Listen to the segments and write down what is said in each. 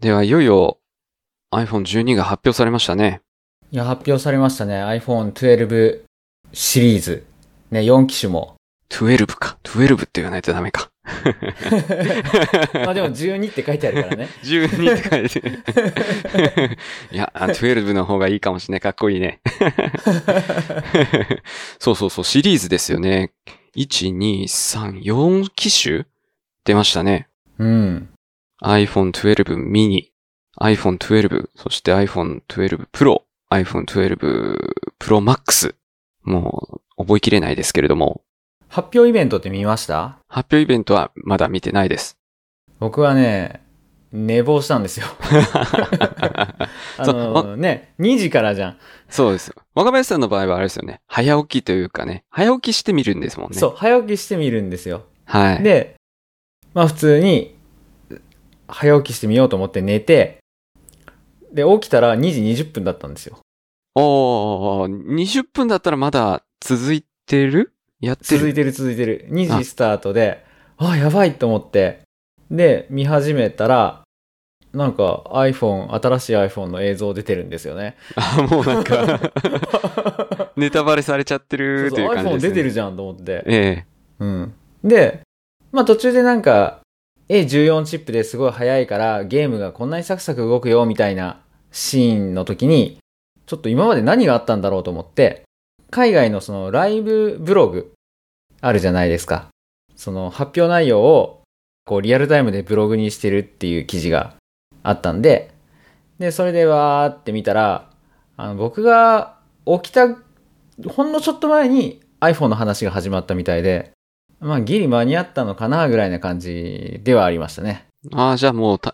では、いよいよ iPhone12 が発表されましたね。いや、発表されましたね。iPhone12 シリーズ。ね、4機種も。 12か。12って言わないとダメか。まあでも12って書いてあるからね。 12って書いてる。 いや、あ12の方がいいかもしれない。かっこいい ね。そうそうそう、シリーズですよね。1、2、3、4機種出ましたね。 うん。 iPhone 12 mini、iPhone 12、そして iPhone 12 Pro、iPhone 12 Pro Max。もう、覚えきれないですけれども、発表イベントって見ました発表イベントはまだ見てない です。僕はね、寝坊したん ですよ。あそのね、2時からじゃん。そうですよ。若林さんの場合はあれですよね。早起きというかね、早起きしてみるんですもんね。そう、早起きしてみるんですよ。はい。で、まあ普通に、早起きしてみようと思って寝て、で、起きたら2時20分だったんですよ。おー、20分だったらまだ続いてるやってる続いてる続いてる。2あ時スタートで、あやばいと思って。で、見始めたら、なんか iPhone、新しい iPhone の映像出てるんです よね。、あ、もうなんか そうネタバレされちゃってるとそいうう感じで iPhone す、ね。出てるじゃんと思って。えうん。で、まあ途中でなんか、A14 チップですごい速いからゲームがこんなにサクサク動くよみたいなシーンの時に、ちょっと今まで何があったんだろうと思って、海外のそのライブブログあるじゃないですか。その発表内容をこうリアルタイムでブログにしてるっていう記事があったんで、で、それでわーって見たら、あの僕が起きた、ほんのちょっと前に iPhone の話が始まったみたいで、まあ、ギリ間に合ったのかなぐらいな感じではありましたね。えああ、じゃあもうタ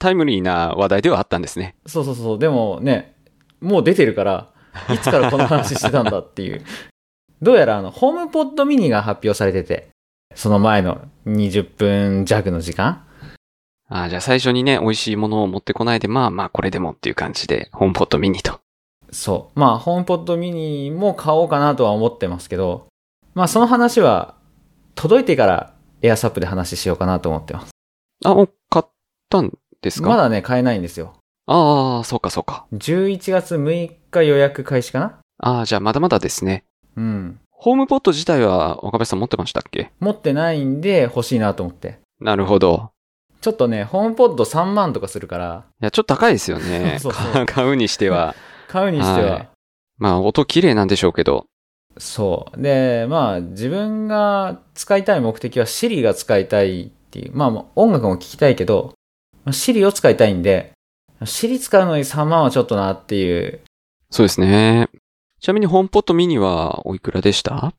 タイムリーな話題ではあったんですね。そうそうそう。でもね、もう出てる から、いつからこの話してたんだっていう。どうやら、あの、ホームポッドミニが発表されてて、その前の20分弱の時間ああ、じゃあ最初にね、美味しいものを持ってこないで、まあまあこれでもっていう感じで、ホームポットミニと。そう。まあ、ホームポッドミニも買おうかなとは思ってますけど、まあ、その話は、届いてからエアサップで話しようかなと思ってます。あ、もう買ったんですかまだね、買えないんですよ。ああ、そうかそうか。 11月6日予約開始かなああ、じゃあまだまだですね。うん。ホームポット自体は若林さん持ってましたっけ持ってないんで欲しいなと思って。なるほど。ちょっとね、ホームポッド3万とかするから、いや、ちょっと高いですよね 。そうそうそう買うにしては。 買うにしては。はいまあ、音綺麗なんでしょうけど。そう。で、まあ、自分が使いたい目的は Siri が使いたいっていう。まあ、まあ音楽も聴きたいけど、まあ Siri を使いたいんで、Siri 使うのに3万はちょっとなっていう。そうですね。ちなみにホームポットミニはおいくらでした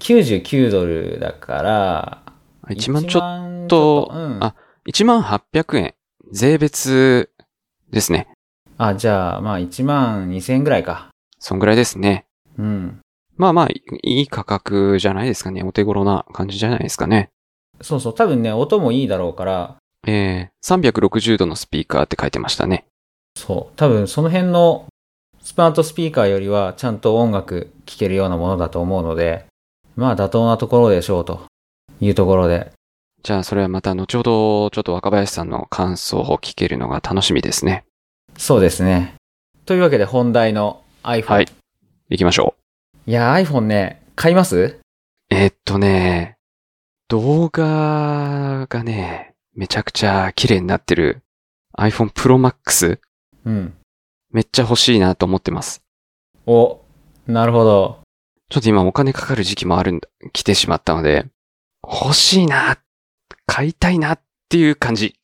99ドルだから、 ?1 万ちょっょとうん。あ1万800円。税別ですね。あ、じゃあ、まあ、1万2000円ぐらいか。そんぐらいですね。うん。まあまあ、いい価格じゃないですかね。お手頃な感じじゃないですかね。そうそう。多分ね、音もいいだろうから、えー、360度のスピーカーって書いてましたね。そう。多分その辺のスマートスピーカーよりはちゃんと音楽聴けるようなものだと思うので、まあ妥当なところでしょうというところで。じゃあ、それはまた後ほど、ちょっと若林さんの感想を聞けるのが楽しみですね。そうですね。というわけで本題の iPhone。はいい、行きましょや、iPhone ね、買いますう。えーっとね、動画がね、めちゃくちゃ綺麗になってる iPhone Pro Max うん。めっちゃ欲しいなと思ってます。お、なるほど。ちょっと今お金かかる時期もあるんだ、来てしまったので、欲しいな、買いたいなっていう感じ。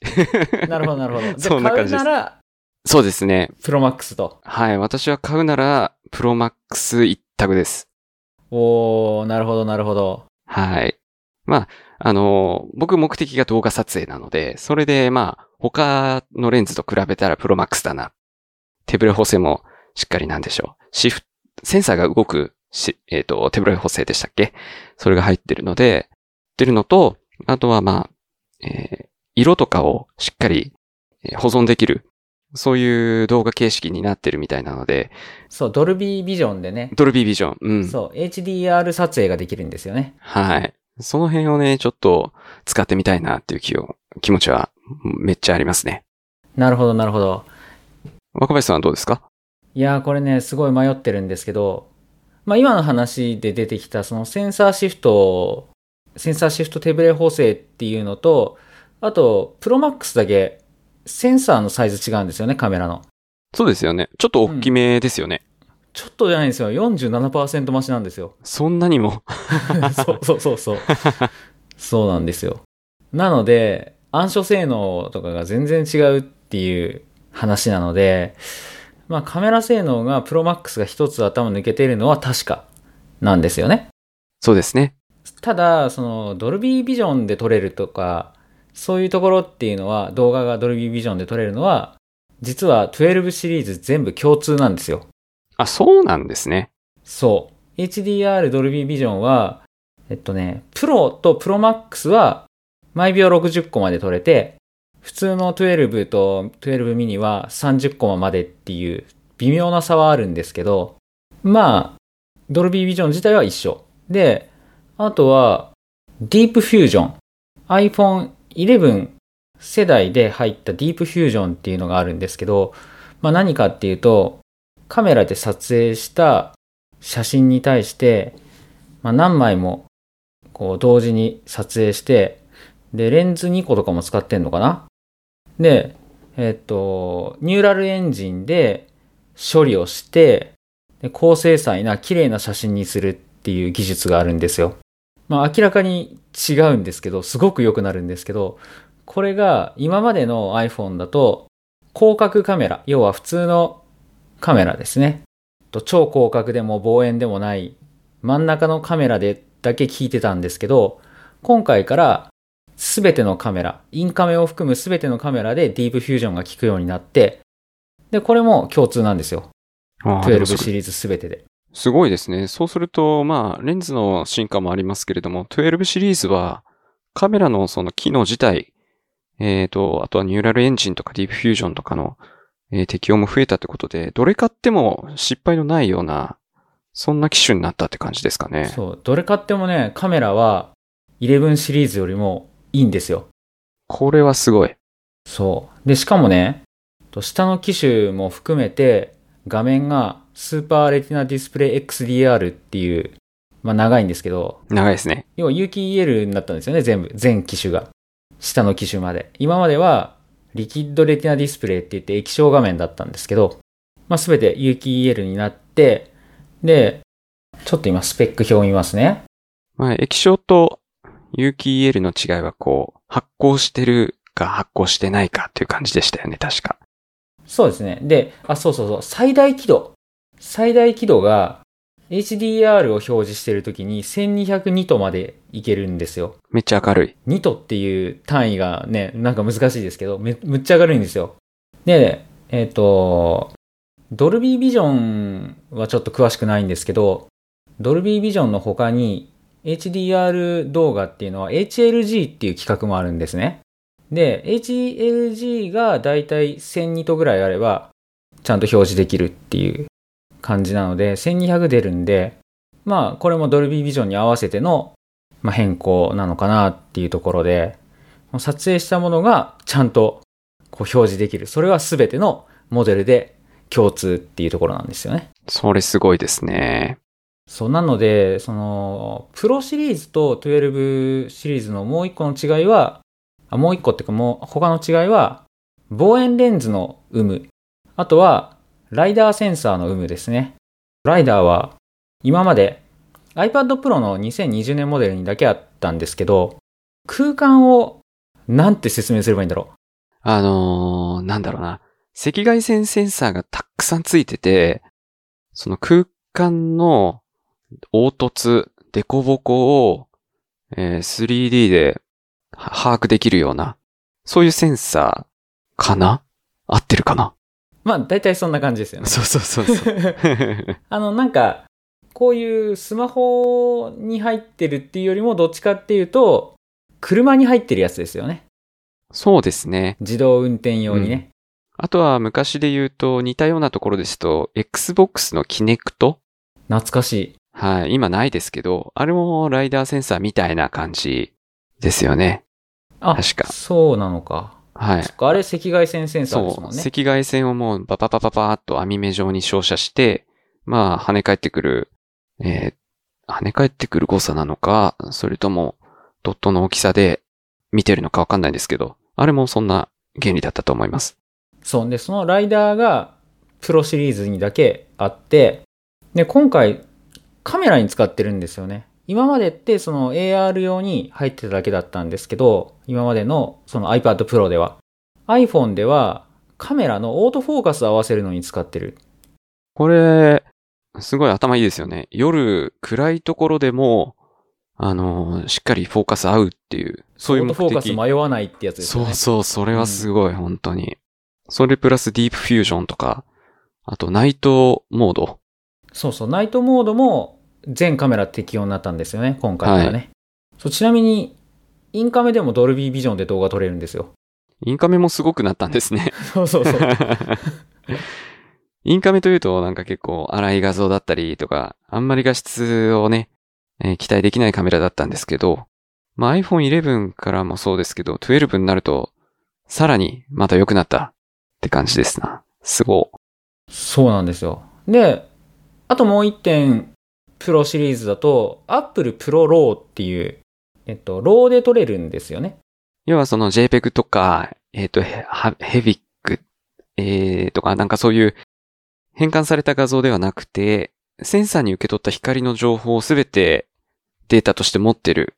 なるほど、なるほど。じゃそあんな買感うじですなら、 そうですね。 Pro Max と。はい。私は買うなら、プロマックス一択です。おー、なるほど、なるほど。はい。まあ、あのー僕目的が動画撮影なので、それでまあ、他のレンズと比べたらプロマックスだな。手ブレ補正もしっかりなんでしょう。シフト、センサーが動くし、えっ、と、手ブレ補正でしたっけそれが入ってるので、出るのと、あとはまあ、えー色とかをしっかりえー保存できる。そういう動画形式になってるみたいなので、そう、ドルビービジョンでね、ドルビービジョン。うん。そう、HDR 撮影ができるんですよね。はい。その辺をね、ちょっと使ってみたいなっていう気を、気持ちはめっちゃありますね。なるほど、なるほど。若林さんはどうですかいやー、これね、すごい迷ってるんですけど、まあ今の話で出てきた、そのセンサーシフト、センサーシフト手ブレ補正っていうのと、あと、プロマックスだけ、センサーのサイズ違うんですよね、カメラの。そうですよね。ちょっと大きめですよね。ちょっとじゃないんですよ。47%増しなんですよ。そんなにも。 そうそうそうそう。そうなんですよ。なので、暗所性能とかが全然違うっていう話なので、まあカメラ性能がプロマックスが一つ頭抜けているのは確かなんですよね。そうですね。ただ、そのドルビービジョンで撮れるとか、そういうところっていうのは、動画がドルビービジョンで撮れるのは、実は12シリーズ全部共通なんですよ。あ、そうなんですね。そう。HDR ドルビービジョンは、えっとね、プロとプロマックスは毎秒60個まで撮れて、普通の12と12ミニは30コマまでっていう微妙な差はあるんですけど、まあ、ドルビービジョン自体は一緒。で、あとは、ディープフュージョン。iPhone 11世代で入ったディープフュージョンっていうのがあるんですけど、まあ何かっていうと、カメラで撮影した写真に対して、まあ、何枚もこう同時に撮影して、で、レンズ2個とかも使ってんのかなで、えっと、ニューラルエンジンで処理をして、で高精細な綺麗な写真にするっていう技術があるんですよ。まあ明らかに違うんですけど、すごく良くなるんですけど、これが今までの iPhone だと、広角カメラ、要は普通のカメラですね。と超広角でも望遠でもない真ん中のカメラでだけ聞いてたんですけど、今回からすべてのカメラ、インカメを含むすべてのカメラでディープフュージョンが効くようになって、で、これも共通なんですよ。あーでも12そシリーズすべてで。すごいですね。そうすると、まあ、レンズの進化もありますけれども、12シリーズは、カメラのその機能自体、えーと、あとはニューラルエンジンとかディープフュージョンとかの、えー適用も増えたってことで、どれ買っても失敗のないような、そんな機種になったって感じですかね。そう、どれ買ってもね、カメラは11シリーズよりもいいんですよ。これはすごい。そう。で、しかもね、と下の機種も含めて、画面がスーパーレティナディスプレイ XDR っていう、まあ長いんですけど、長いですね。要は有機 EL になったんですよね、全部。全機種が。下の機種まで。今までは、リキッドレティナディスプレイって言って液晶画面だったんですけど、まあすべて有機 EL になって、で、ちょっと今スペック表を見ますね。まあ、液晶と有機 EL の違いは、こう、発光してるか発光してないかっていう感じでしたよね、確か。そうですね。で、あ、そうそうそう、最大輝度。最大輝度が HDR を表示してるときに1202とまでいけるんですよ。めっちゃ明るい。 2とっていう単位がね、なんか難しいですけど、めむっちゃ明るいんですよ。で、えっ、と、ドルビービジョンはちょっと詳しくないんですけど、ドルビービジョンの他に HDR 動画っていうのは HLG っていう企画もあるんですね。で、HLG がだいたい1002とぐらいあれば、ちゃんと表示できるっていう感じなので、1200出るんで、まあ、これもドルビービジョンに合わせてのまあ、変更なのかなっていうところで、もう撮影したものがちゃんとこう表示できる。それは全てのモデルで共通っていうところなんですよね。それすごいですね。そう、なので、その、プロシリーズと12シリーズのもう一個の違いは、あもう一個っていうかもう他の違いは、望遠レンズの有無。あとは、ライダーセンサーの有無ですね。ライダーは、今まで iPad Pro の2020年モデルにだけあったんですけど、空間を、なんて説明すればいいんだろあのー、なんだろうな。赤外線センサーがたくさんついてて、その空間の凹凸、凸凹を、えー 3D では把握できるような、そういうセンサーかな合ってるかなう。まあ、大体そんな感じですよね。そうそうそうそう。あの、なんか、こういうスマホに入ってるっていうよりも、どっちかっていうと、車に入ってるやつですよね。 そうですね。自動運転用にね。あとは昔で言うと似たようなところですと、Xbox のキネクト懐かしい。はい、今ないですけど、あれもライダーセンサーみたいな感じですよね。あ、確かそうなのか。はいそっ。かあれ赤外線センサーですそう、もんね。赤外線をもうバパパパパーっと網目状に照射して、まあ、跳ね返ってくる、えー跳ね返ってくる誤差なのか、それとも、ドットの大きさで見てるのかわかんないですけど、あれもそんな原理だったと思います。そう。で、そのライダーがプロシリーズにだけあって、で、今回カメラに使ってるんですよね。今までってその AR 用に入ってただけだったんですけど、今までのその iPad Pro では。iPhone ではカメラのオートフォーカスを合わせるのに使ってる。これ、すごい頭いいですよね。夜、暗いところでも、あのー、しっかりフォーカス合うっていう、そういう目的。オートフォーカス迷わないってやつですよそね。うそう、それはすごい、本当に。それプラスディープフュージョンとか、あとナイトモード。そうそう、ナイトモードも全カメラ適用になったんですよね、今回からね。はそうちなみに、インカメでもドルビービジョンで動画撮れるんですよ。 インカメもすごくなったんですね。そうそうそう。インカメというとなんか結構荒い画像だったりとか、あんまり画質をね、えー期待できないカメラだったんですけど、まあ、iPhone 11からもそうですけど、12になると、さらにまた良くなったって感じですな。すごそうなんですよ。で、あともう一点、プロシリーズだと、Apple Pro RAW っていう、えっと、RAW で撮れるんですよね。い。要はその JPEG とか、えっ、と、ヘはヘビック、えー、とか、なんかそういう変換された画像ではなくて、センサーに受け取った光の情報をすべてデータとして持ってる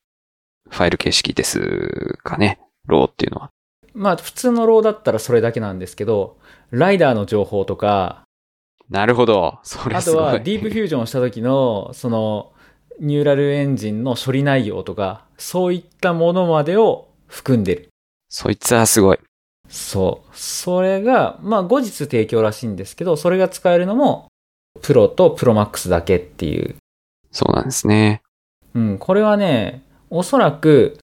ファイル形式ですかね。ローっていうのは。まあ、普通の RAW だったらそれだけなんですけど、ライダーの情報とか、なるほど。それあすとごい。はディープフュージョンした時の、その、ニューラルエンジンの処理内容とか、そういったものまでを含んでる。そいつはすごい。そう。それが、まあ、後日提供らしいんですけど、それが使えるのも、プロとプロマックスだけっていう。そうなんですね。うん、これはね、おそらく、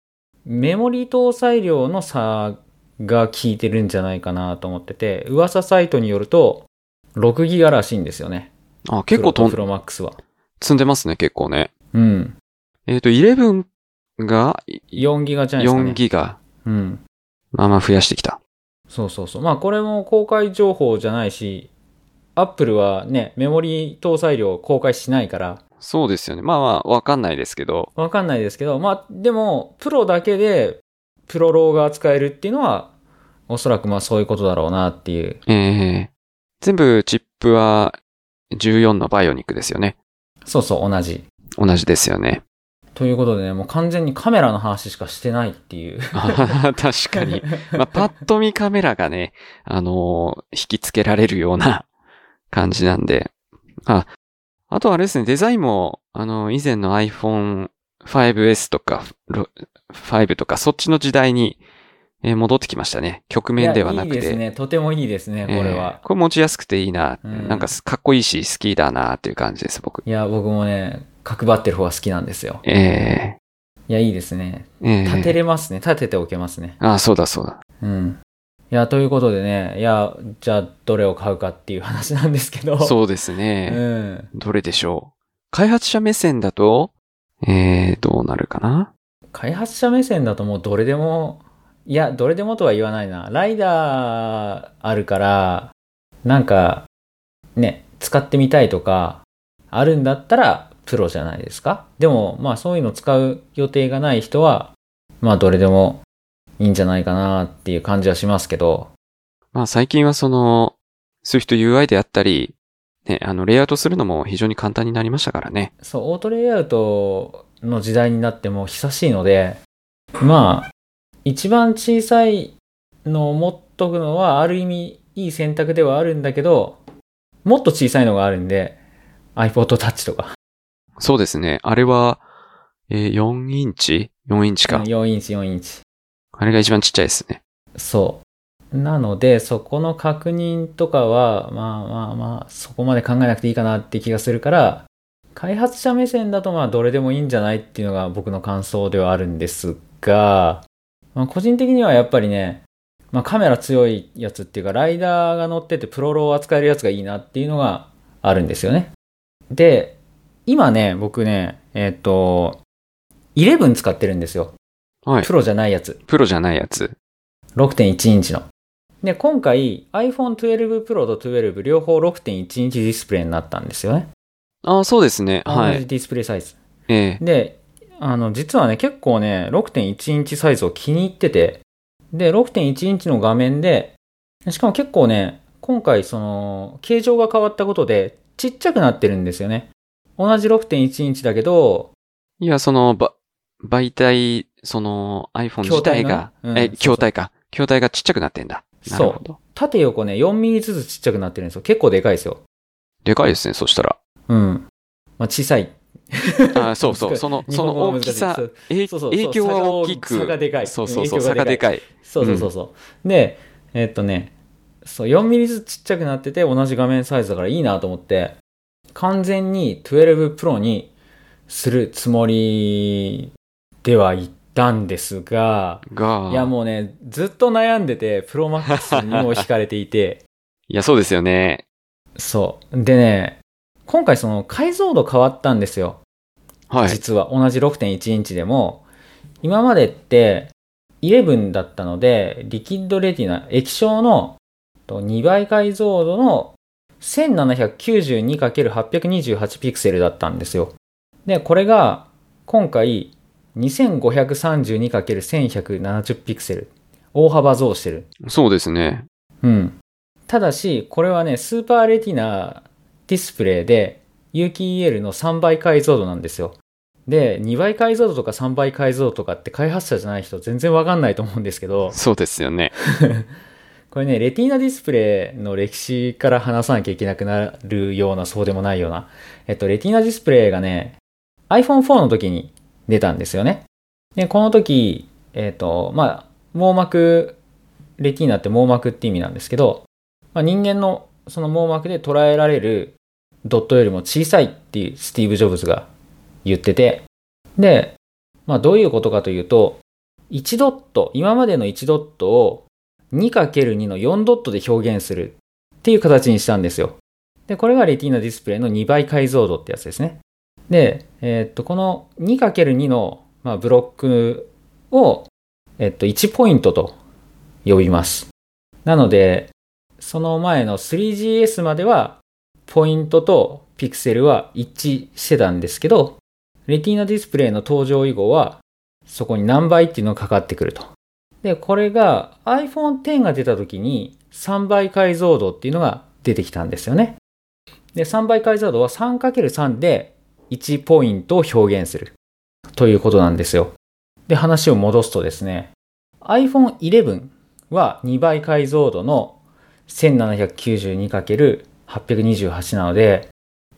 メモリ搭載量の差が効いてるんじゃないかなと思ってて、噂サイトによると、6ギガらしいんですよね。あ、結構プとロとんプロマックスは。積んでますね、結構ね。うん。えっ、と、11が4ギガじゃないですかね。 4ギガ。うん。まあまあ増やしてきた。そうそうそう。まあこれも公開情報じゃないし、Apple はね、メモリ搭載量を公開しないから、そうですよね。まあまあ、わかんないですけど。わかんないですけど、まあでも、プロだけで、プロローが使えるっていうのは、おそらくまあそういうことだろうなっていう。ええ全部チップは14のバイオニックですよね。そうそう、同じ。同じですよ ね。ということでね、もう完全にカメラの話しかしてないっていう。あー確か に。まあ、パッと見カメラがね、あのー引き付けられるような感じなんで。あ、あとあれですね、デザインも、あのー以前の iPhone 5S とか、ろ5とか、そっちの時代に、えー戻ってきましたね。局面ではなくいて。やいいですね。とてもいいですね、これえ。はーこれ持ちやすくていいな。うんなんかすかっこいいし、好きだなっていう感じです、僕。いや、僕もね、角張ってる方が好きなんですよ。えいや、いいですね。ー、えー立てれますね。立てておけますね。あ、そうだそうだ。うん。いや、ということでね、いや、じゃあ、どれを買うかっていう話なんですけど。そうですうね。ん。どれでしょう開発者目線だと、えー、どうなるかな開発者目線だともうどれでも、いや、どれでもとは言わないな。ライダーあるから、なんか、ね、使ってみたいとか、あるんだったら、プロじゃないですか。でも、まあそういうの使う予定がない人は、まあどれでもいいんじゃないかなっていう感じはしますけど、まあ最近はその、Swift UI であったり、ね、あの、レイアウトするのも非常に簡単になりましたからね。そう、オートレイアウトの時代になってもう久しいので、まあ、一番小さいのを持っとくのは、ある意味、いい選択ではあるんだけど、もっと小さいのがあるんで、iPod Touch とか、そうですね。あれは、えー4インチ ?4 インチか。 4インチ、4インチ。あれが一番ちっちゃいですね。そう。なので、そこの確認とかは、まあまあまあ、そこまで考えなくていいかなって気がするから、開発者目線だとまあ、どれでもいいんじゃないっていうのが僕の感想ではあるんですが、まあ、個人的にはやっぱりね、まあ、カメラ強いやつっていうか、ライダーが乗っててプロロを扱えるやつがいいなっていうのがあるんですよね。で、今ね、僕ね、えっ、と、11使ってるんですよ。はいプ。ロじゃないやつ。プロじゃないやつ。 6.1インチの。で、今回 iPhone 12 Pro と12両方6.1インチディスプレイになったんですよね。ああ、そうですね。は同じい。ディスプレイサイズ。ええで、あの、実はね、結構ね、6.1インチサイズを気に入ってて、で、6.1インチの画面で、しかも結構ね、今回その、形状が変わったことで、ちっちゃくなってるんですよね。同じ6.1インチだけど、いや、その、ば、媒体、その iPhone 筐自体体がが、うんえ、そうそう筐体か。筐体がちっちゃくなってんだ。なるほど。縦横ね、4ミリずつちっちゃくなってるんですよ。結構でかいですよ。でかいですね、そした ら。うん。まあ、小さい。あーそうそ難う、しいその、日そ本の語大が難しいきさそ、うえいそうそう影響は大きく。差がでかいそうそうそう、影差響ががででかかい。そうそうそうそう。で、えっとね、そう、4ミリずつちっちゃくなってて、同じ画面サイズだからいいなと思って、完全に12 Pro にするつもりではいったんですが、が、いやもうね、ずっと悩んでて、Pro Max にも惹かれてい て、いや、そうですよね。そう。でね、今回その解像度変わったんですよ。はい。実は同じ6.1インチでも今までって11だったのでリキッドレティナ液晶のと2倍解像度の 1792×828 ピクセルだったんですよでこれが今回 2532×1170 ピクセル大幅増してるそうですね。うん。ただし、これはね、スーパーレティナディスプレイで、有機 EL の3倍解像度なんですよ。で、2倍解像度とか3倍解像度とかって開発者じゃない人全然わかんないと思うんですけど、そうですよね。これね、レティナディスプレイの歴史から話さなきゃいけなくなるような、そうでもないような。えっと、レティナディスプレイがね、iPhone4 の時に出たんですよね。で、この時、えっと、まあ、網膜、レティーナって網膜って意味なんですけど、まあ、人間のその網膜で捉えられるドットよりも小さいっていうスティーブ・ジョブズが言ってて、で、まあ、どういうことかというと、1ドット、今までの1ドットを 2×2 の4ドットで表現するっていう形にしたんですよ。で、これがレティーナディスプレイの2倍解像度ってやつですね。で、えーっと、この 2×2 の、まあ、ブロックを、えっと、1ポイントと呼びます。なので、その前の 3GS までは、ポイントとピクセルは一致してたんですけど、レティーナディスプレイの登場以後は、そこに何倍っていうのがかかってくると。で、これが iPhone X が出た時に3倍解像度っていうのが出てきたんですよね。で、3倍解像度は 3×3 で1ポイントを表現するということなんですよ。で、話を戻すとですね、iPhone 11は2倍解像度の 1792×828 なので、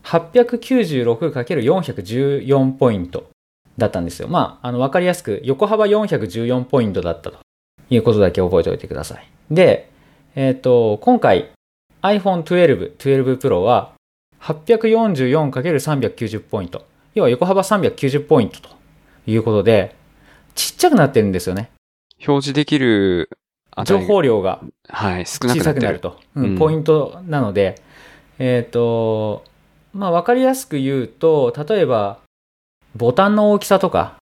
896×414 ポイントだったんですよ。まあ、あの、わかりやすく、横幅414ポイントだったということだけ覚えておいてください。で、えっ、と、今回、iPhone 12、12 Pro は 844×390 ポイント。要は横幅390ポイントということで、ちっちゃくなってるんですよね。表示できる値情が報量がはい、少なく小なさっくてなるる。と。うんうんポイントなので、えっ、と、まあ、わかりやすく言うと、例えば、ボタンの大きさとか、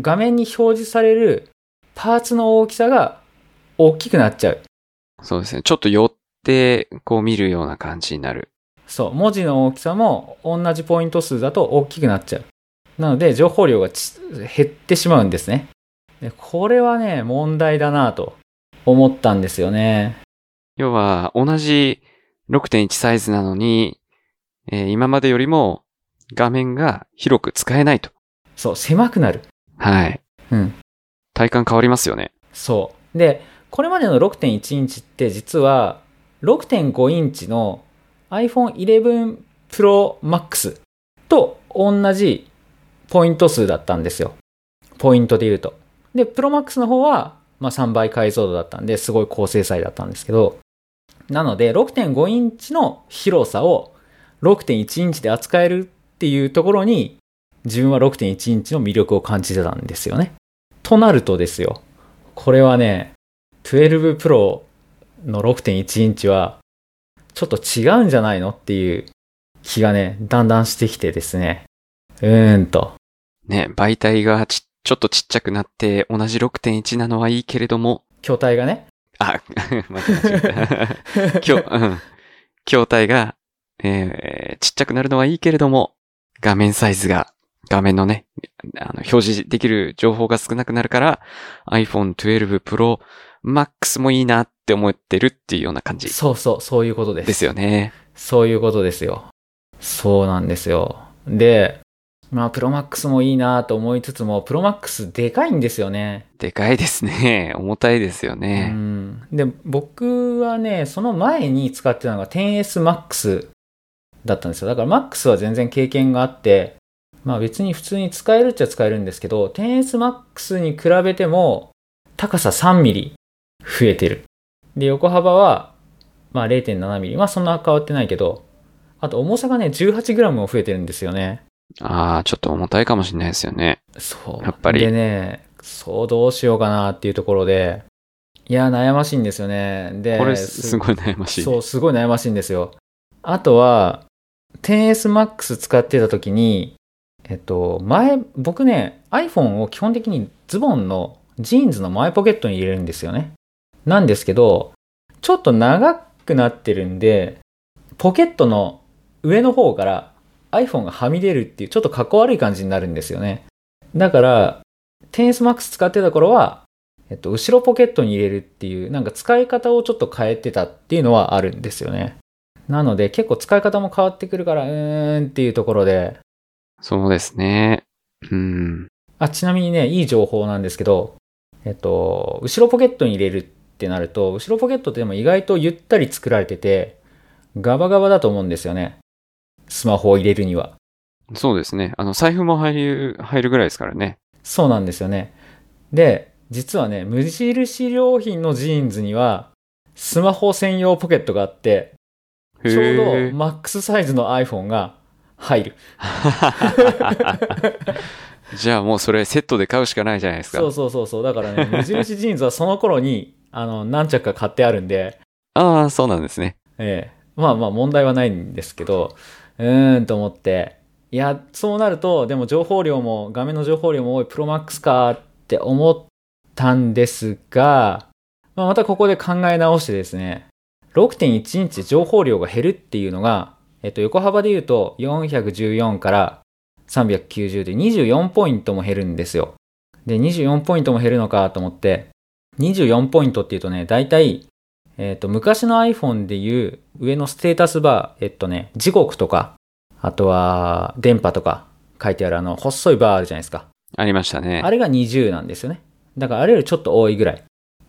画面に表示されるパーツの大きさが大きくなっちゃう。そうですね。ちょっと寄って、こう見るような感じになる。そう、文字の大きさも同じポイント数だと大きくなっちゃう。なので、情報量がち減ってしまうんですね。でこれはね、問題だなと思ったんですよね。要は、同じ6.1サイズなのに、えー今までよりも画面が広く使えないと。そう、狭くなる。はい。うん。体感変わりますよね。そう。で、これまでの6.1インチって実は6.5インチの iPhone 11 Pro Max と同じポイント数だったんですよ。ポイントで言うと。で、Pro Max の方は、まあ、3倍解像度だったんで、すごい高精細だったんですけど、なので6.5インチの広さを6.1インチで扱えるっていうところに、自分は6.1インチの魅力を感じてたんですよね。となるとですよ。これはね、12 Pro の6.1インチは、ちょっと違うんじゃないのっていう気がね、だんだんしてきてですね。うーんと。ね、媒体がちっちょっとちっちゃくなって、同じ6.1なのはいいけれども、筐体がね。あ、 間違えた。きょうん。筐体が、えーちっちゃくなるのはいいけれども、画面サイズが、画面のね、あの、表示できる情報が少なくなるから、iPhone 12 Pro Max もいいなって思ってるっていうような感じ そうそう、そういうことです。ですよね。そういうことですよ。そうなんですよ。で、まあ、プロマックスもいいなと思いつつも、プロマックスでかいんですよね。でかいですね。重たいですようね。ん。で、僕はね、その前に使ってたのが 10SMAX だったんですよ。だから MAX は全然経験があって、まあ別に普通に使えるっちゃ使えるんですけど、10SMAX に比べても高さ3ミリ増えてる。で、横幅はまあ0.7ミリ。まあそんな変わってないけど、あと重さがね、18g も増えてるんですよね。ああ、ちょっと重たいかもしれないですよね。そう。やっぱりでね、そうどうしようかなっていうところで、いや、悩ましいんですよね。で、これ、すごい悩ましい。そう、すごい悩ましいんですよ。あとは、10SMAX 使ってた時に、えっと、前、僕ね、iPhone を基本的にズボンのジーンズの前ポケットに入れるんですよね。なんですけど、ちょっと長くなってるんで、ポケットの上の方から iPhone がはみ出るっていう、ちょっと格好悪い感じになるんですよね。だから、10SMAX 使ってた頃は、えっと、後ろポケットに入れるっていう、なんか使い方をちょっと変えてたっていうのはあるんですよね。なので結構使い方も変わってくるから、うーんっていうところで、そうですね。うん。あ、ちなみにね、いい情報なんですけど、えっと、後ろポケットに入れるってなると、後ろポケットってでも意外とゆったり作られてて、ガバガバだと思うんですよね。スマホを入れるには。そうですね。あの、財布も入る、入るぐらいですからね。そうなんですよね。で、実はね、無印良品のジーンズには、スマホ専用ポケットがあって、へーちょうどマックスサイズの iPhone が入る。 じゃあもうそれセットで買うしかないじゃないですか。そうそうそうそう。だからね、無印ジーンズはその頃に、あの、何着か買ってあるんで、ああ、そうなんですね。ええまあまあ問題はないんですけど、うーんと思って、いや、そうなると、でも情報量も、画面の情報量も多い ProMax かって思ったんですが、まあ、またここで考え直してですね、6.1インチで情報量が減るっていうのが、えっと、横幅で言うと414から390で24ポイントも減るんですよ。で、24ポイントも減るのかと思って、24ポイントっていうとね、だいたいえっ、と、昔の iPhone でいう上のステータスバー、えっとね、時刻とか、あとは電波とか書いてあるあの、細いバーあるじゃないですか。ありましたね。あれが20なんですよね。だからあれよりちょっと多いぐらい。っ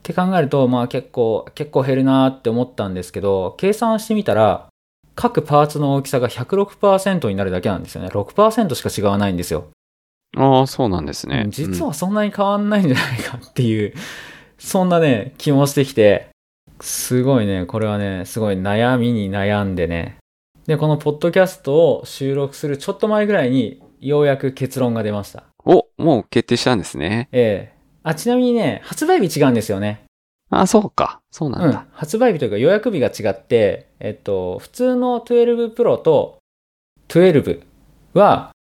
て考えると、まあ結構、結構減るなーって思ったんですけど、計算してみたら、各パーツの大きさが106%になるだけなんですよね。6%しか違わないんですよ。ああ、そうなんですね。実うんはそんなに変わんないんじゃないかっていう、そんなね、気もしてきて、すごいね、これはね、すごい悩みに悩んでね。で、このポッドキャストを収録するちょっと前ぐらいに、ようやく結論が出ました。お、もう決定したんですね。ええあ、ちなみにね、発売日違うんですよね。ああ、そうか。そうなうんんだ。。発売日というか予約日が違って、えっと、普通の12 Pro と12は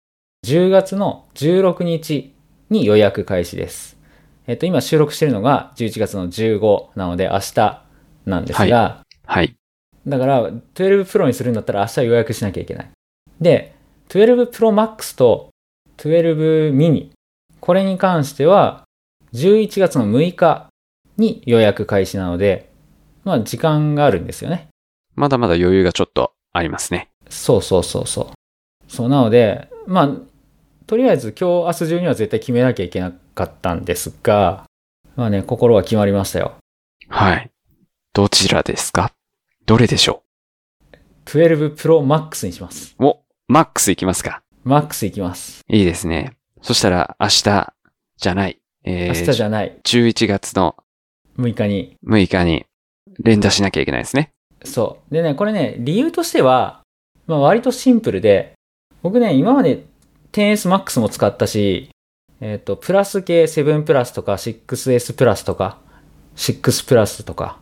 10月の16日に予約開始です。えっと、今収録してるのが11月の15なので明日なんですが、はい。だから、12 Pro にするんだったら明日予約しなきゃいけない。で、12 Pro Max と12 mini。これに関しては、11月の6日に予約開始なので、まあ時間があるんですよね。まだまだ余裕がちょっとありますね。そうそうそうそう。そうなので、まあ、とりあえず今日明日中には絶対決めなきゃいけなかったんですが、まあね、心は決まりましたよ。はい。どちらですかどれでしょ12 Pro Max にします。うお、マックスいきますか。 Max いきます。いいですね。そしたら明日じゃない。え明日じゃない。 11月の6日に6日に連打しなきゃいけないですね。そう。でね、これね、理由としては、まあ割とシンプルで、僕ね、今まで 10SMAX も使ったし、えっ、と、プラス系7プラスとか 6S プラスとか、6プラスとか、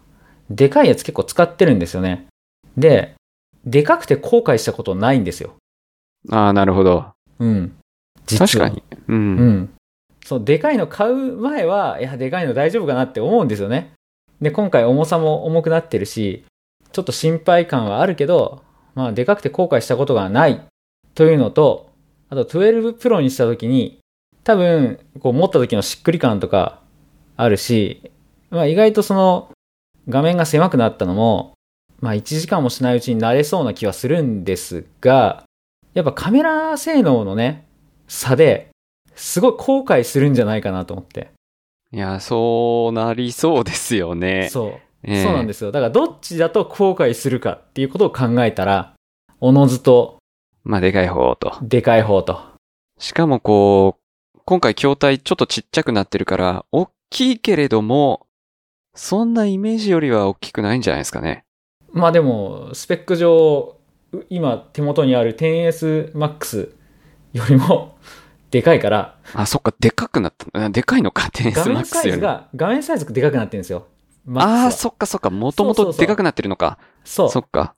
でかいやつ結構使ってるんですよね。で、でかくて後悔したことないんですよ。ああ、なるほど。うん。実は確か。に。う。うんん。そのでかいの買う前は、いや、でかいの大丈夫かなって思うんですよね。で、今回重さも重くなってるし、ちょっと心配感はあるけど、まあ、でかくて後悔したことがないというのと、あと12プロにした時に、多分、こう持った時のしっくり感とかあるし、まあ意外とその画面が狭くなったのも、まあ1時間もしないうちに慣れそうな気はするんですが、やっぱカメラ性能のね、差で、すごい後悔するんじゃないかなと思って。いや、そうなりそうですよね。そう。ええそうなんですよ。だからどっちだと後悔するかっていうことを考えたら、おのずとまあ、でかい方と。でかい方と。しかもこう、今回筐体ちょっとちっちゃくなってるから、大きいけれども、そんなイメージよりは大きくないんじゃないですかね。まあでも、スペック上、う今手元にある 10SMAX よりも でかいから、あ、そっか、でかくなった。あでかいのか、テニ画スマッ面クサスイよズりも。が、画面サイズがでかくなってるんですよ。Max はああ、そっかそっか、もともそうそとうそうでかくなってるのか。そうそっか、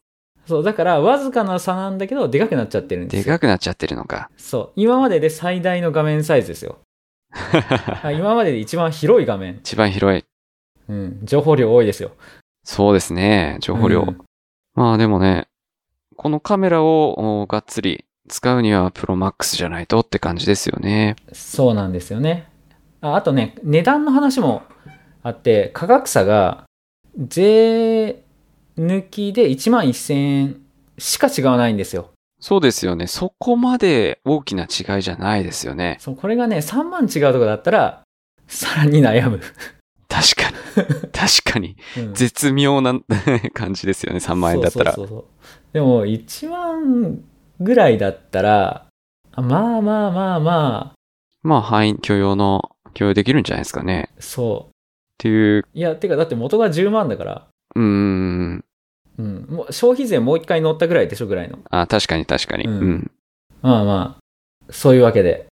そう。だから、わずかな差なんだけど、でかくなっちゃってるんでですよ。かくなっちゃってるのか。そう。今までで最大の画面サイズで すよ。あ今までで一番広い画面。一番広い。うん。情報量多いですよ。そうですね、情報量。うんまあでもね、このカメラをおがっつり使うにはプロマックスじゃないとって感じですよね。そうなんですよね。ああとね、値段の話もあって、価格差が税抜きで1万1000円しか違わないんですよ。そうですよね。そこまで大きな違いじゃないですよね。そうこれがね、3万違うとかだったら、さらに悩む。確かに。確 かに。うん絶妙な 感じですよね。3万円だったら。そうそうそうそうでも、1万ぐらいだったら、あまあまあまあままあ範囲許容の、許容できるんじゃないですかね。あ、そっていう、う。いや、てか、だって元が10万だから、うーん。うん、もう消費税もう一回乗ったぐらいでしょぐらいの。あ、確かに確かに。ううんん。まあまあ、そういうわけで、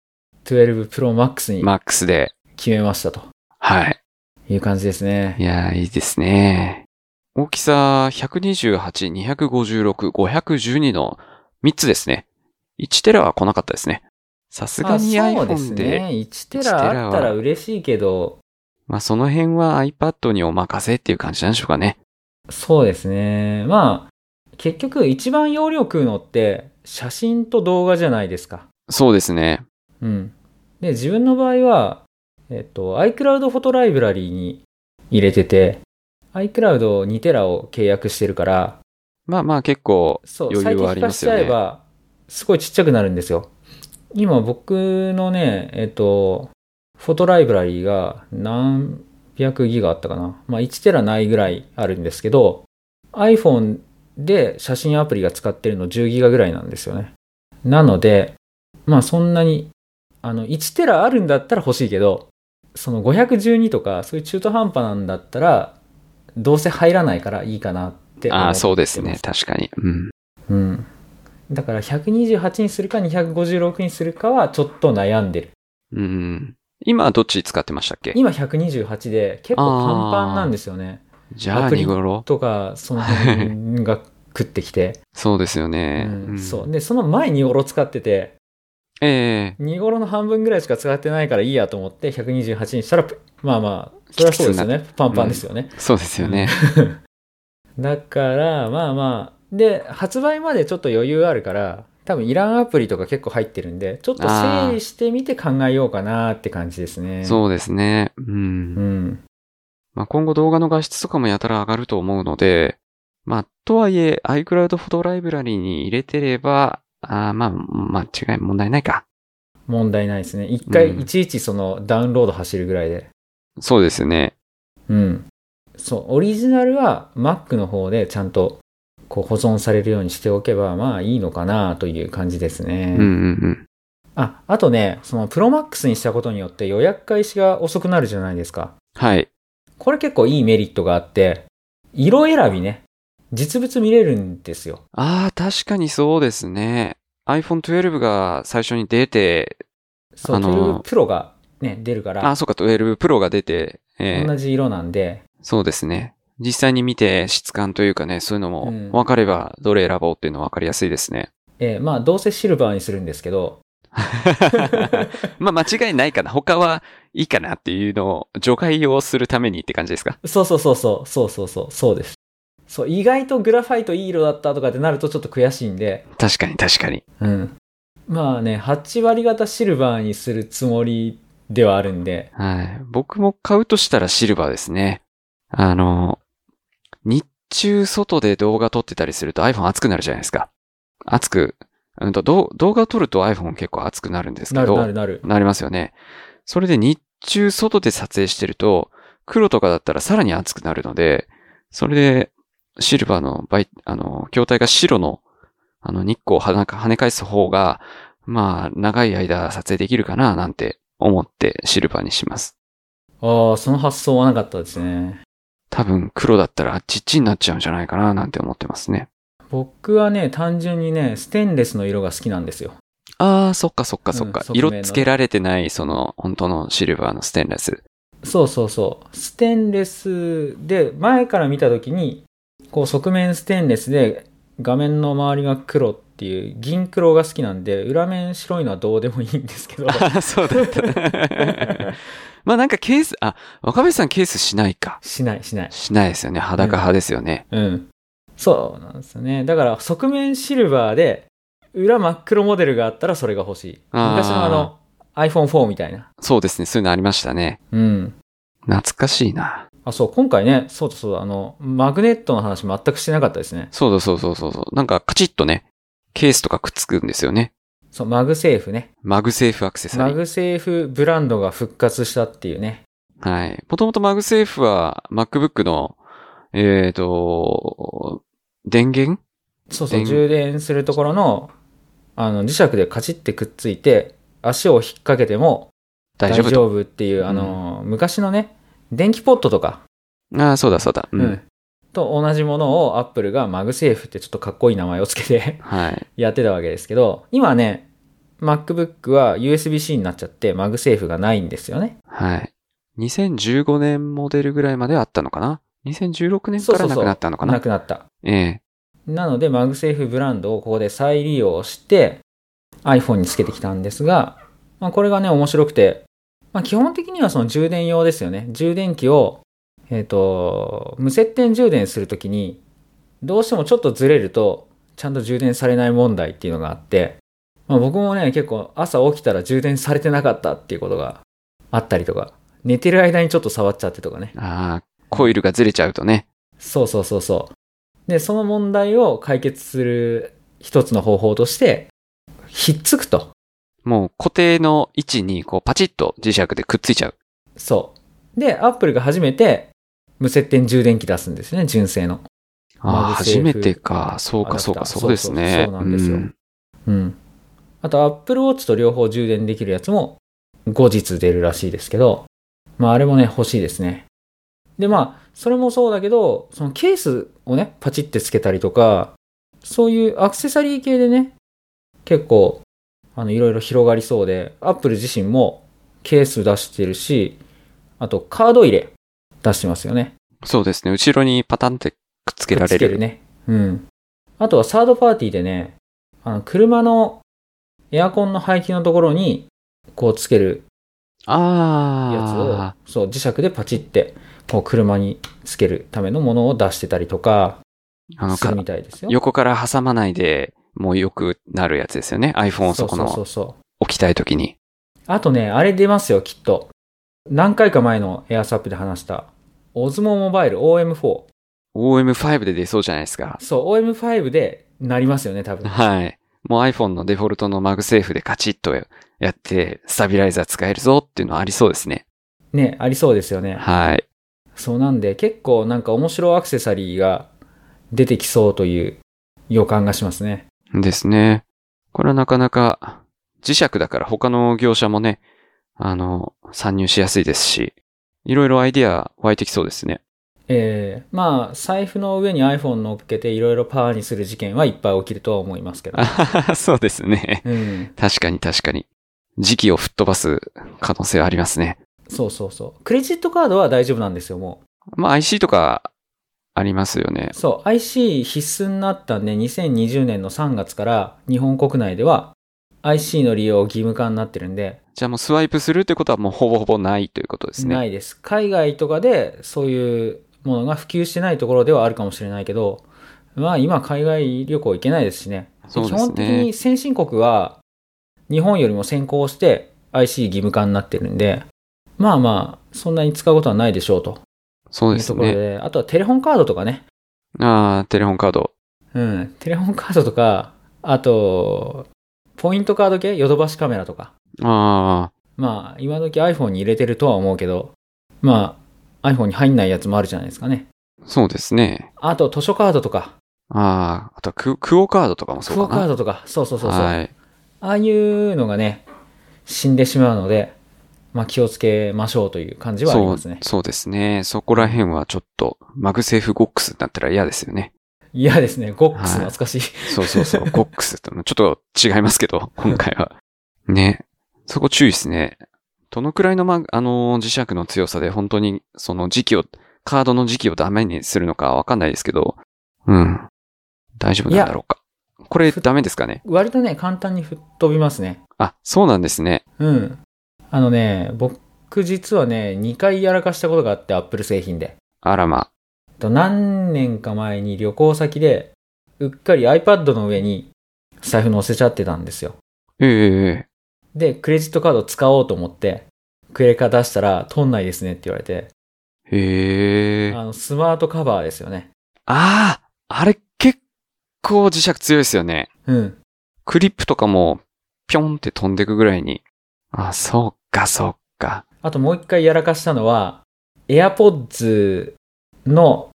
12 Pro Max にマックスで。決めましたとはい。いう感じですね。いやー、いいですね。大きさ128、256、512の3つですね。1テラは来なかったですね。さすがにまあそうで iPhone すで、ね。1テ1テララはあったら嬉しいけど、まあその辺は iPad にお任せっていう感じなんでしょうかね。そうですね。まあ、結局一番容量食うのって写真と動画じゃないですか。そうですね。うん。で、自分の場合は、えっと、iCloud フォトライブラリーに入れてて、iCloud2 テラを契約してるから、まあまあ結構そう、余裕はありますよね最適化しちゃえば、すごいちっちゃくなるんですよ。今僕のね、えっと、フォトライブラリーが何百ギガあったかな。まあ1テラないぐらいあるんですけど、iPhone で写真アプリが使ってるの10ギガぐらいなんですよね。なので、まあそんなに、あの1テラあるんだったら欲しいけど、その512とかそういう中途半端なんだったら、どうせ入らないからいいかなって思ってあまあ、す。そうですね。確かに。うん。うん。だから128にするか256にするかはちょっと悩んでる。うん。今どっち使ってましたっけ今128で結構パンパンなんですよね。じゃあアプリ2頃とか、その辺が食ってきて。そうですよね。うんんそう。。で、その前に頃使ってて、ええ2頃の半分ぐらいしか使ってないからいいやと思って128にしたら、まあまあ、それはそうですよね。パンパンですよね。そうですよね。だから、まあまあ、で、発売までちょっと余裕あるから、多分いらんアプリとか結構入ってるんで、ちょっと整理してみて考えようかなって感じですね。そうですね。うんう。ん。まあ、今後動画の画質とかもやたら上がると思うので、まあ、とはいえ、iCloud フォトライブラリーに入れてれば、あーまあ、まあ、違い、問題ないか。問題ないですね。一う回、んいちいちそのダウンロード走るぐらいで。そうですよね。うん。そう、オリジナルは Mac の方でちゃんとこう保存されるようにしておけば、まあいいのかなという感じですね。うんうんうん。あ、あとね、その Pro Max にしたことによって予約開始が遅くなるじゃないですか。はい。これ結構いいメリットがあって、色選びね、実物見れるんですよ。ああ、確かにそうですね。iPhone 12が最初に出て、そう、あのー12プロがね、出るかあらあ、、そうか、12 Pro が出て、えー同じ色なんで、そうですね。実際に見て質感というかね、そういうのうもん 分かればどれ選ぼうっていうの分かりやすいですね。 えーまあ、どうせシルバーにするんですけど、まあ間違いないかな。他はいいかなっていうのを除外をするためにって感じですかそうそうそうそう、そうそうそう、そうです。そう、意外とグラファイトいい色だったとかってなるとちょっと悔しいんで、確かに確かに。うん。まあね、8割方シルバーにするつもりではあるんで、はい。僕も買うとしたらシルバーですね。あの、日中外で動画撮ってたりすると iPhone 熱くなるじゃないですか。熱く、うんと、どう動画撮ると iPhone 結構熱くなるんですけなど、るなるなる。なりますよね。それで日中外で撮影してると、黒とかだったらさらに熱くなるので、それで、シルバーのバイ、あの、筐体が白の、あの、日光をはな跳ね返す方が、まあ、長い間撮影できるかな、なんて思ってシルバーにします。ああ、その発想はなかったですね。多分黒だったらあっちっちになっちゃうんじゃないかな、なんて思ってますね。僕はね、単純にね、ステンレスの色が好きなんですよ。ああ、そっかそっかそっか。うん側面の色つけられてない、その、本当のシルバーのステンレス。そうそうそう。ステンレスで、前から見たときに、こう側面ステンレスで、画面の周りが黒っていう、銀黒が好きなんで、裏面白いのはどうでもいいんです けど。あそうだった。 まあなんかケース、あ、若林さんケースしないか。しない、しない。しないですよね。裸派ですよね。うん。そうなんですよね。だから、側面シルバーで、裏真っ黒モデルがあったらそれが欲しい。あー昔のあの、iPhone4 みたいな。そうですね。そういうのありましたね。うん。懐かしいな。あ、そう、今回ね、そうだそうだ、あの、マグネットの話全くしてなかったですね。そうだそうそうそうそう。なんかカチッとね、ケースとかくっつくんですよね。そう、マグセーフね。マグセーフアクセサマリー。グセーフブランドが復活したっていうね。はい。もともとマグセーフは MacBook の、えっ、ー、と、電源そうそう、電充電するところの、あの、磁石でカチってくっついて、足を引っ掛けても大大丈夫と。丈夫っていう、んあの、昔のね、電気ポットとか、ああ、そうだそうだ。うん。うんと同じものをアップルがマグセーフってちょっとかっこいい名前をつけて はい。やってたわけですけど、今ね、MacBook は USB-C になっちゃってマグセーフがないんですよね。はい。2015年モデルぐらいまであったのかな ?2016 年そうかそらなうそうくなったのかななくなった。ええなので、マグセーフブランドをここで再利用して、iPhone につけてきたんですが、まあ、これがね、面白くて、まあ、基本的にはその充電用ですよね。充電器を、えっ、と、無接点充電するときに、どうしてもちょっとずれると、ちゃんと充電されない問題っていうのがあって、まあ、僕もね、結構朝起きたら充電されてなかったっていうことがあったりとか、寝てる間にちょっと触っちゃってとかね。ああ、コイルがずれちゃうとね。そうそうそうそう。で、その問題を解決する一つの方法として、ひっつくと。もう固定の位置にこうパチッと磁石でくっついちゃう。そう。で、アップルが初めて無接点充電器出すんですね、純正の。ああ、マグセ初ーフめてか。そうか、そうか、アダプターそうですね。そうそうそうなんですよんうん。あと、アップルウォッチと両方充電できるやつも後日出るらしいですけど、まあ、あれもね、欲しいですね。で、まあ、それもそうだけど、そのケースをね、パチってつけたりとか、そういうアクセサリー系でね、結構、あの、いろいろ広がりそうで、アップル自身もケース出してるし、あと、カード入れ出してますよね。そうですね。後ろにパタンってくっつけられつける。るね。うん。あとはサードパーティーでね、あの、車のエアコンの排気のところに、こうつけるやつをああ、、そう、磁石でパチって、こう車につけるためのものを出してたりとか、あのするかみ、たいですよ。横から挟まないで、もうよくなるやつですよね。iPhone をそこそうのそうそうそう。置きたいときに。あとね、あれ出ますよ、きっと。何回か前のエアサップで話した、オズモモバイル OM4。 OM5 で出そうじゃないですか。そう、OM5 でなりますよね、多分。はい。もう iPhone のデフォルトのマグセーフでカチッとやって、スタビライザー使えるぞっていうのはありそうですね。ね、ありそうですよね。はい。そうなんで結構なんか面白アクセサリーが出てきそうという予感がしますね。ですね。これはなかなか磁石だから他の業者もね、あの、参入しやすいですし、いろいろアイディア湧いてきそう ですね。えー、まあ財布の上に iPhone 乗っけていろいろパワーにする事件はいっぱい起きるとは思いますけどあ。ははそうですね。うん。確かに確かに。時期を吹っ飛ばす可能性はありますね。そうそうそう。クレジットカードは大丈夫なんですよ、もまあ IC とかありますよねう。。そう、IC 必須になったんで2020年の3月から日本国内では IC の利用義務化になってるんで、じゃあもうスワイプするってことはもうほぼほぼないということですね。ないです。海外とかでそういうものが普及してないところではあるかもしれないけど、まあ今海外旅行行けないですしね。そうです基ね本的に先進国は日本よりも先行して IC 義務化になってるんで、まあまあそんなに使うことはないでしょうとそういでうすところで、ね。あとはテレホンカードとかね。ああ、テレホンカード。うん。テレホンカードとか、あと、ポイントカード系ヨドバシカメラとか。ああ、まあ今時 iPhone に入れてるとは思うけど、まあ iPhone に入んないやつもあるじゃないですかね。そうですね。あと図書カードとか、ああ、あとククオカードとかもそうクかオな。カードとか、そうそうそうそう。あはい。あいうのがね、死んでしまうので、まあ気をつけましょうという感じはありますねそう、。そうですね。そこら辺はちょっと、マグセーフゴックスになったら嫌ですよね。嫌ですね。ゴックはスい懐かしい。そうそうそう、 ゴックスと、ちょっと違いますけど、今回は。ね。そこ注意ですね。どのくらいの、ま、あのー、磁石の強さで本当に、その時期を、カードの時期をダメにするのかわかんないですけど、うん。大丈夫なんだろうか。これふダメですかね割とね、簡単に吹っ飛びますね。あ、そうなんですね。うん。あのね、僕実はね、2回やらかしたことがあって、Apple 製品で。あらま。と何年か前に旅行先で、うっかり iPad の上に財布乗せちゃってたんですよ。ええで、クレジットカード使おうと思って、クレカ出したら、取んないですねって言われて、ええええあの、スマートカバーですよね。ああ、あれ結構磁石強いですよね。うん。クリップとかも、ぴょんって飛んでくぐらいに。あ、そうか、そうか。あともう一回やらかしたのは、AirPods の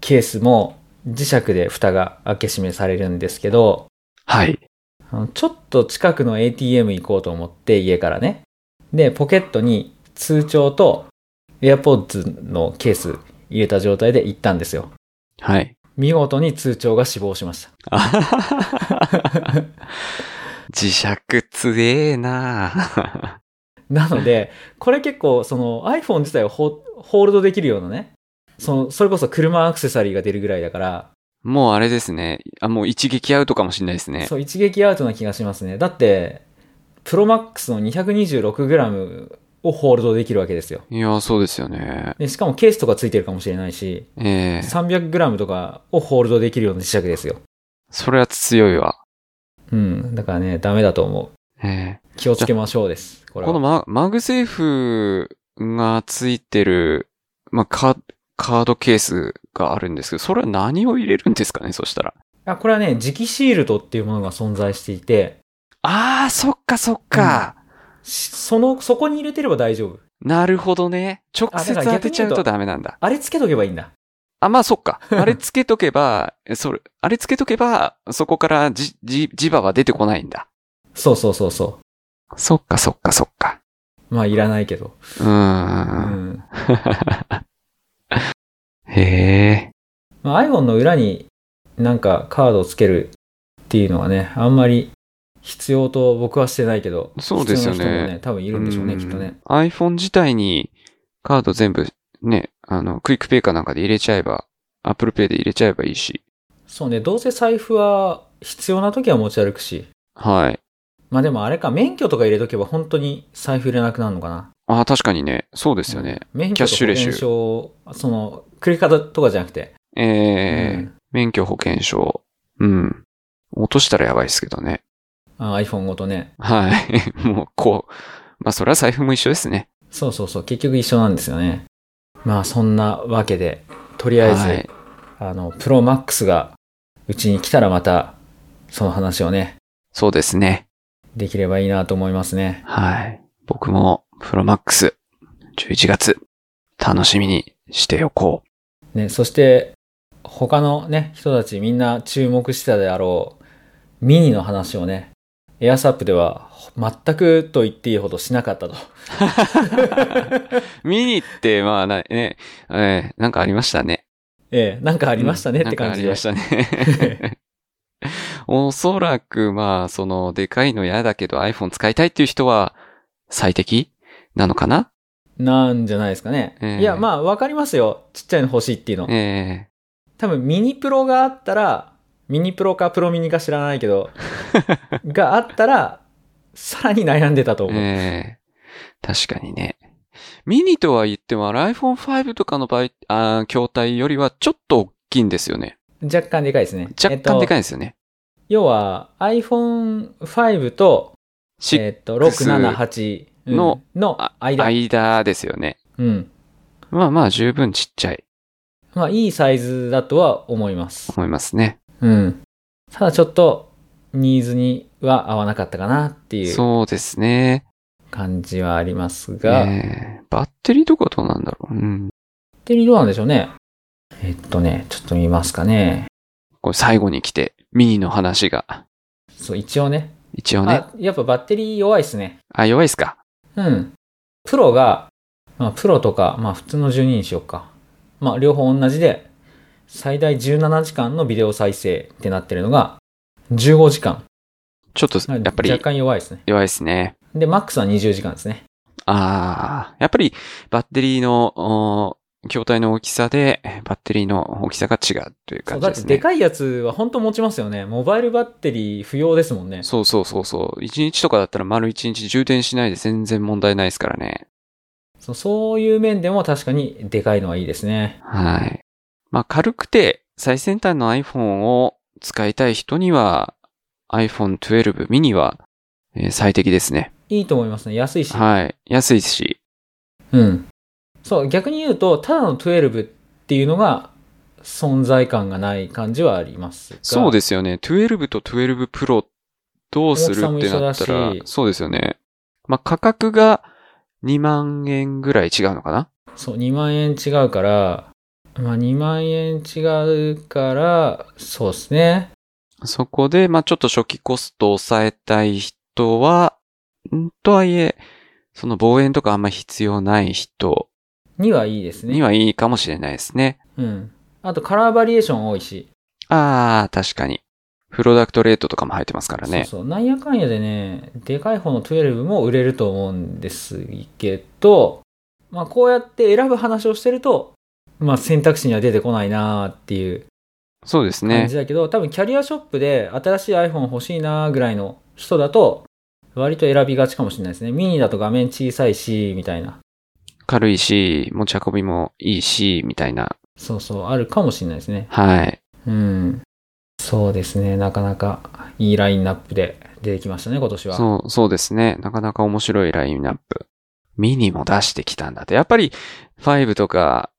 ケースも磁石で蓋が開け閉めされるんですけど、はい。あのちょっと近くの ATM 行こうと思って、家からね。で、ポケットに通帳と AirPods のケース入れた状態で行ったんですよ。はい。 見事に通帳が死亡しました。あははは磁石強えな なので、これ結構、その iPhone 自体をホホールドできるようなね、その、それこそ車アクセサリーが出るぐらいだから、もうあれですね。あ、もう一撃アウトかもしれないですね。そう、一撃アウトな気がしますね。だって、プロマックスの 226g をホールドできるわけですよ。いや、そうですよね。でしかもケースとかついてるかもしれないし、ええ 300g とかをホールドできるような磁石ですよ。それは強いわ。うん。だからね、ダメだと思う。ええ気をつけましょうです。これこのは。ママグセーフがついてる、まあ、カカードケースがあるんですけど、それは何を入れるんですかね、そしたら。あ、これはね、磁気シールドっていうものが存在していて、ああ、そっかそっか。しその、そこに入れてれば大丈夫。なるほどね。直あだ接から逆に言う当とてちゃうとダメなんだ。あれつけとけばいいんだ。あ、まあそっか。あれつけとけば、えそれ、あれつけとけば、そこからじ、じ、磁場は出てこないんだ。そうそうそうそそっかそっかそっか。う。まあ、いらないけど。うー。うんん。へえ。まあ、iPhone の裏になんかカードをつけるっていうのはね、あんまり必要と僕はしてないけど、そうですよね必要な人もね、多分いいるんでしょうね、きっとね。。 iPhone 自体にカード全部ね、あの、クイックペイかなんかで入れちゃえば、Apple Pay で入れちゃえばいいし。そうね、どうせ財布は必要な時は持ち歩くし。はい。まあでもあれか、免許とか入れとけば本当に財布入れなくなるのかな。ああ、確かにね。そうですよね。免キャッ許とシュ保レッシュ険証、その、クレカとかじゃなくて。えーうん免許保険証。うん。落としたらやばいですけどね。あ iPhone ごとね。はい。もう、こう。まあ、それは財布も一緒ですね。そうそうそう、結局一緒なんですよね。まあそんなわけで、とりあえず、はい。あの、プロマックスがうちに来たらまた、その話をね、そうですね。できればいいなと思いますね。はい。僕も、プロマックス、11月、楽しみにしておこ う。ね、そして、他のね、人たちみんな注目してたであろう、ミニの話をね、エアサップでは全くと言っていいほどしなかったと。 見に行って、まあ、なね、えーなんかありましたね。ええ、なんかあありましたねって感じで。ありましたね。 おそらく、まあ、その、でかいの嫌だけど iPhone 使いたいっていう人は、最適なのかな なんじゃないですかね。ええいや、まあ、わかりますよ。ちっちゃいの欲しいっていうの。え多分ミニプ ロがあったら、ミニプロかプロミニか知らないけど、があったら、さらに悩んでたと思う。ええ確かにね。ミニとは言っても、iPhone5 とかの場合、あー筐体よりはちょっと大きいんですよね。若干でかいですね。若干でかい。いんですよね。要は iPhone5 と、しえっと、6、7、8うんののあ間。間ですよね。うん。まあまあ、十分ちっちゃいまあ、いいサイズだとは思いますと。思いますね。うん。ただちょっと、ニーズには合わなかったかなっていうそうですね。感じはありますえが、えバッテリーとかどうなんだろう。うん。バッテリーどうなんでしょうね。えっとね、ちょっと見ますかね。これ最後に来て、ミニの話が。そう、一応ね。一応ね。あ、やっぱバッテリー弱いですね。あ、弱いっすか。うん。プロが、まあ、プロとか、まあ、普通の12にしようか。まあ、両方同じで、最大17時間のビデオ再生ってなってるのが、15時間。ちょっと、なやんでっぱり若干弱いですね。弱いですね。で、マックスは20時間ですね。ああ、やっぱりバッテリーの、おー筐体の大きさで、バッテリーの大きさが違うというそ感うじだでってすでね。かいやつは本当持ちますよね。モバイルバッテリー不要ですもんね。そうそうそうそう。一日とかだったら丸一日充電しないで全然問題ないですからね。そうそういう面でも確かにでかいのはいいですね。はい。まあ軽くて最先端の iPhone を使いたい人には iPhone 12 mini はえー最適ですね。いいと思いますね。安いし。はい。安いし。うん。そう、逆に言うと、ただの12っていうのが存在感がない感じはありますが。そうですよね。12と12 Pro どうするってな大っきさたもら一緒だし、そうですよね。まあ、価格が2万円ぐらい違うのかなそう、2万円違うから、まあ2万円違うから、そうですね。そこで、まあ、ちょっと初期コストを抑えたい人は、んとはいえ、その望遠とかあんま必要ない人にはいいですね。にはいいかもしれないですね。うん。あとカラーバリエーション多いし。あー、確かに。プロダクトレートとかも入ってますからね。そうそう。なんやかんやでね、でかい方の12も売れると思うんですけど、まあこうやって選ぶ話をしてると、まあ選択肢には出てこないなーっていうそうです感ねじ。だけど、多分キャリアショップで新しい iPhone 欲しいなーぐらいの人だと、割と選びがちかもしれないですね。ミニだと画面小さいし、みたいな。軽いし、持ち運びもいいし、みたいな。そうそう、あるかもしれないですね。はい。うん。そうですね、なかなかいいラインナップで出てきましたね、今年は。そう、そうですね。なかなか面白いラインナップ。ミニも出してきたんだって。やっぱり、5とか、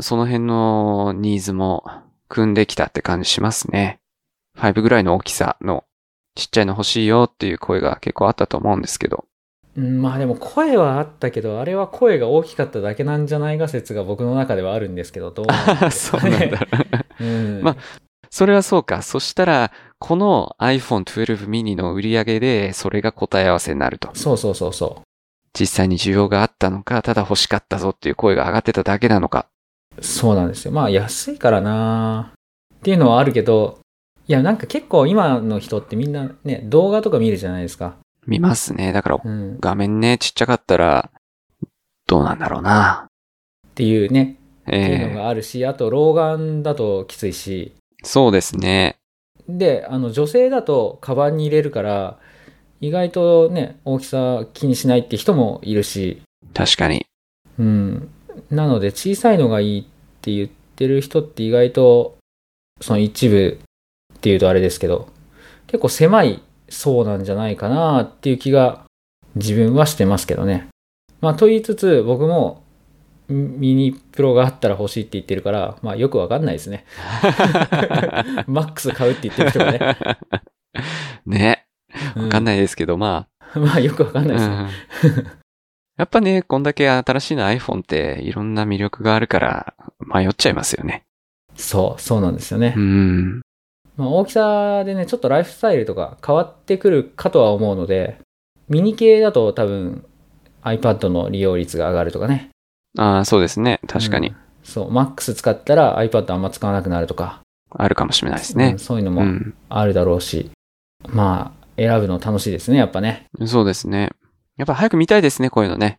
その辺のニーズも組んできたって感じしますね。5ぐらいの大きさの、ちっちゃいの欲しいよっていう声が結構あったと思うんですけど。うん、まあでも声はあったけど、あれは声が大きかっただけなんじゃないか説が僕の中ではあるんですけど、どうなんで すそうかなんね。だ。うん。まあそれはそうか。そしたら、この iPhone 12 mini の売り上げで、それが答え合わせになると。そうそうそうそ実際に需要があったのか、ただ欲しかったぞっていう声が上がってただけなのか。う。そうなんですよ。まあ安いからなっていうのはあるけど、いやなんか結構今の人ってみんなね、動画とか見るじゃないですか。見ますね。だからうん。画面ね、ちっちゃかったら、どうなんだろうな。っていうね、っていうのええがあるし、あと老眼だときついし、そうですね。で、あの女性だとカバンに入れるから、意外とね、大きさ気にしないって人もいるし、確かに。うん。なので、小さいのがいいって言ってる人って意外と、その一部っていうとあれですけど、結構狭い層なんじゃないかなっていう気が自分はしてますけどね。まあ、と言いつつ、僕もミニプロがあったら欲しいって言ってるから、まあ、よくわかんないで すね。マックス買うって言ってる人がね。 ね。わかんい。ないですけど、ままあ、よくわかあ。んないですね。うんやっぱね、こんだけ新しいの iPhone っていろんな魅力があるから迷っちゃいますよね。そう、そうなんですよねう。ん。まあ、大きさでね、ちょっとライフスタイルとか変わってくるかとは思うので、ミニ系だと多分 iPad の利用率が上がるとかね。ああ、そうですね。確かうにん。そう、MAX 使ったら iPad あんま使わなくなるとか、あるかもしれないですうねん。そういうのうもん。あるだろうし、まあ、選ぶの楽しいですね、やっぱね。そうですね。やっぱ早く見たいですね、こういうのね。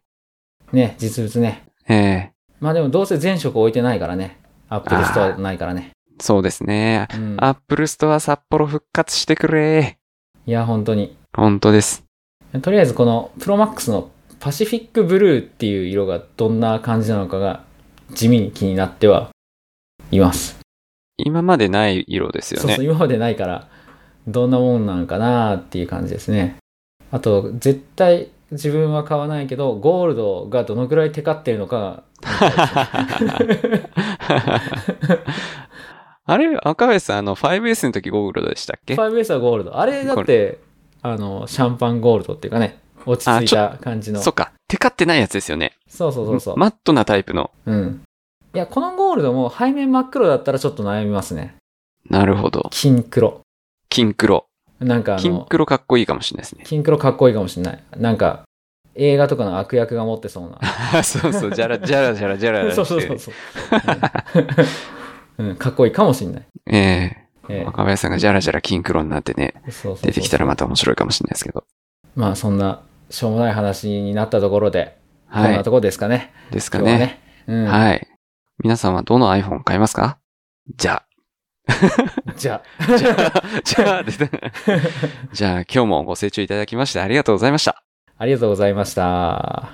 ね、実物ね。ええまあでもどうせ全色置いてないからね。Apple あー Store ないからね。そうですね。うん、アップルストア札幌復活してくれ。いや、本当に。本当です。とりあえずこの ProMax のパシフィックブルーっていう色がどんな感じなのかが地味に気になってはいます。今までない色ですよそうね。そう、今までないから、どんなもんなんかなっていう感じですね。あと、絶対自分は買わないけど、ゴールドがどのくらいテカってるのか あれ、赤林さん、あの、5S の時ゴーグルドでしたっけ 5S はゴールド。あれだこって、あの、シャンパンゴールドっていうかね、落ち着いた感じの。そそっか。テカってないやつですよね。うそうそうそう。マットなタイプの。うん。いや、このゴールドも背面真っ黒だったらちょっと悩みますね。なるほど。金黒。金黒。なんかあ金の、黒かっこいいかもしれないですね。 金黒かっこいいかもしれない。なんか、映画とかの悪役が持ってそうな。そうそう、じゃらじゃらじゃらじゃら そうしそうてそうる。そう。うんうん、かっこいいかもしれない。えええ若林さんがじゃらじゃら金黒になってね、えそうそうそう出てきたらまた面白いかもしれないですけど。まあそんな、しょうもない話になったところで、こんはないと。こですかね。ですか今日はね。ね。うん。はい。皆さんはどの iPhone 買いますかじゃじゃあ。じゃあ、じゃあ、出たじゃあ今日もご清聴いただきましてありがとうございました。あ、ありがとうございました。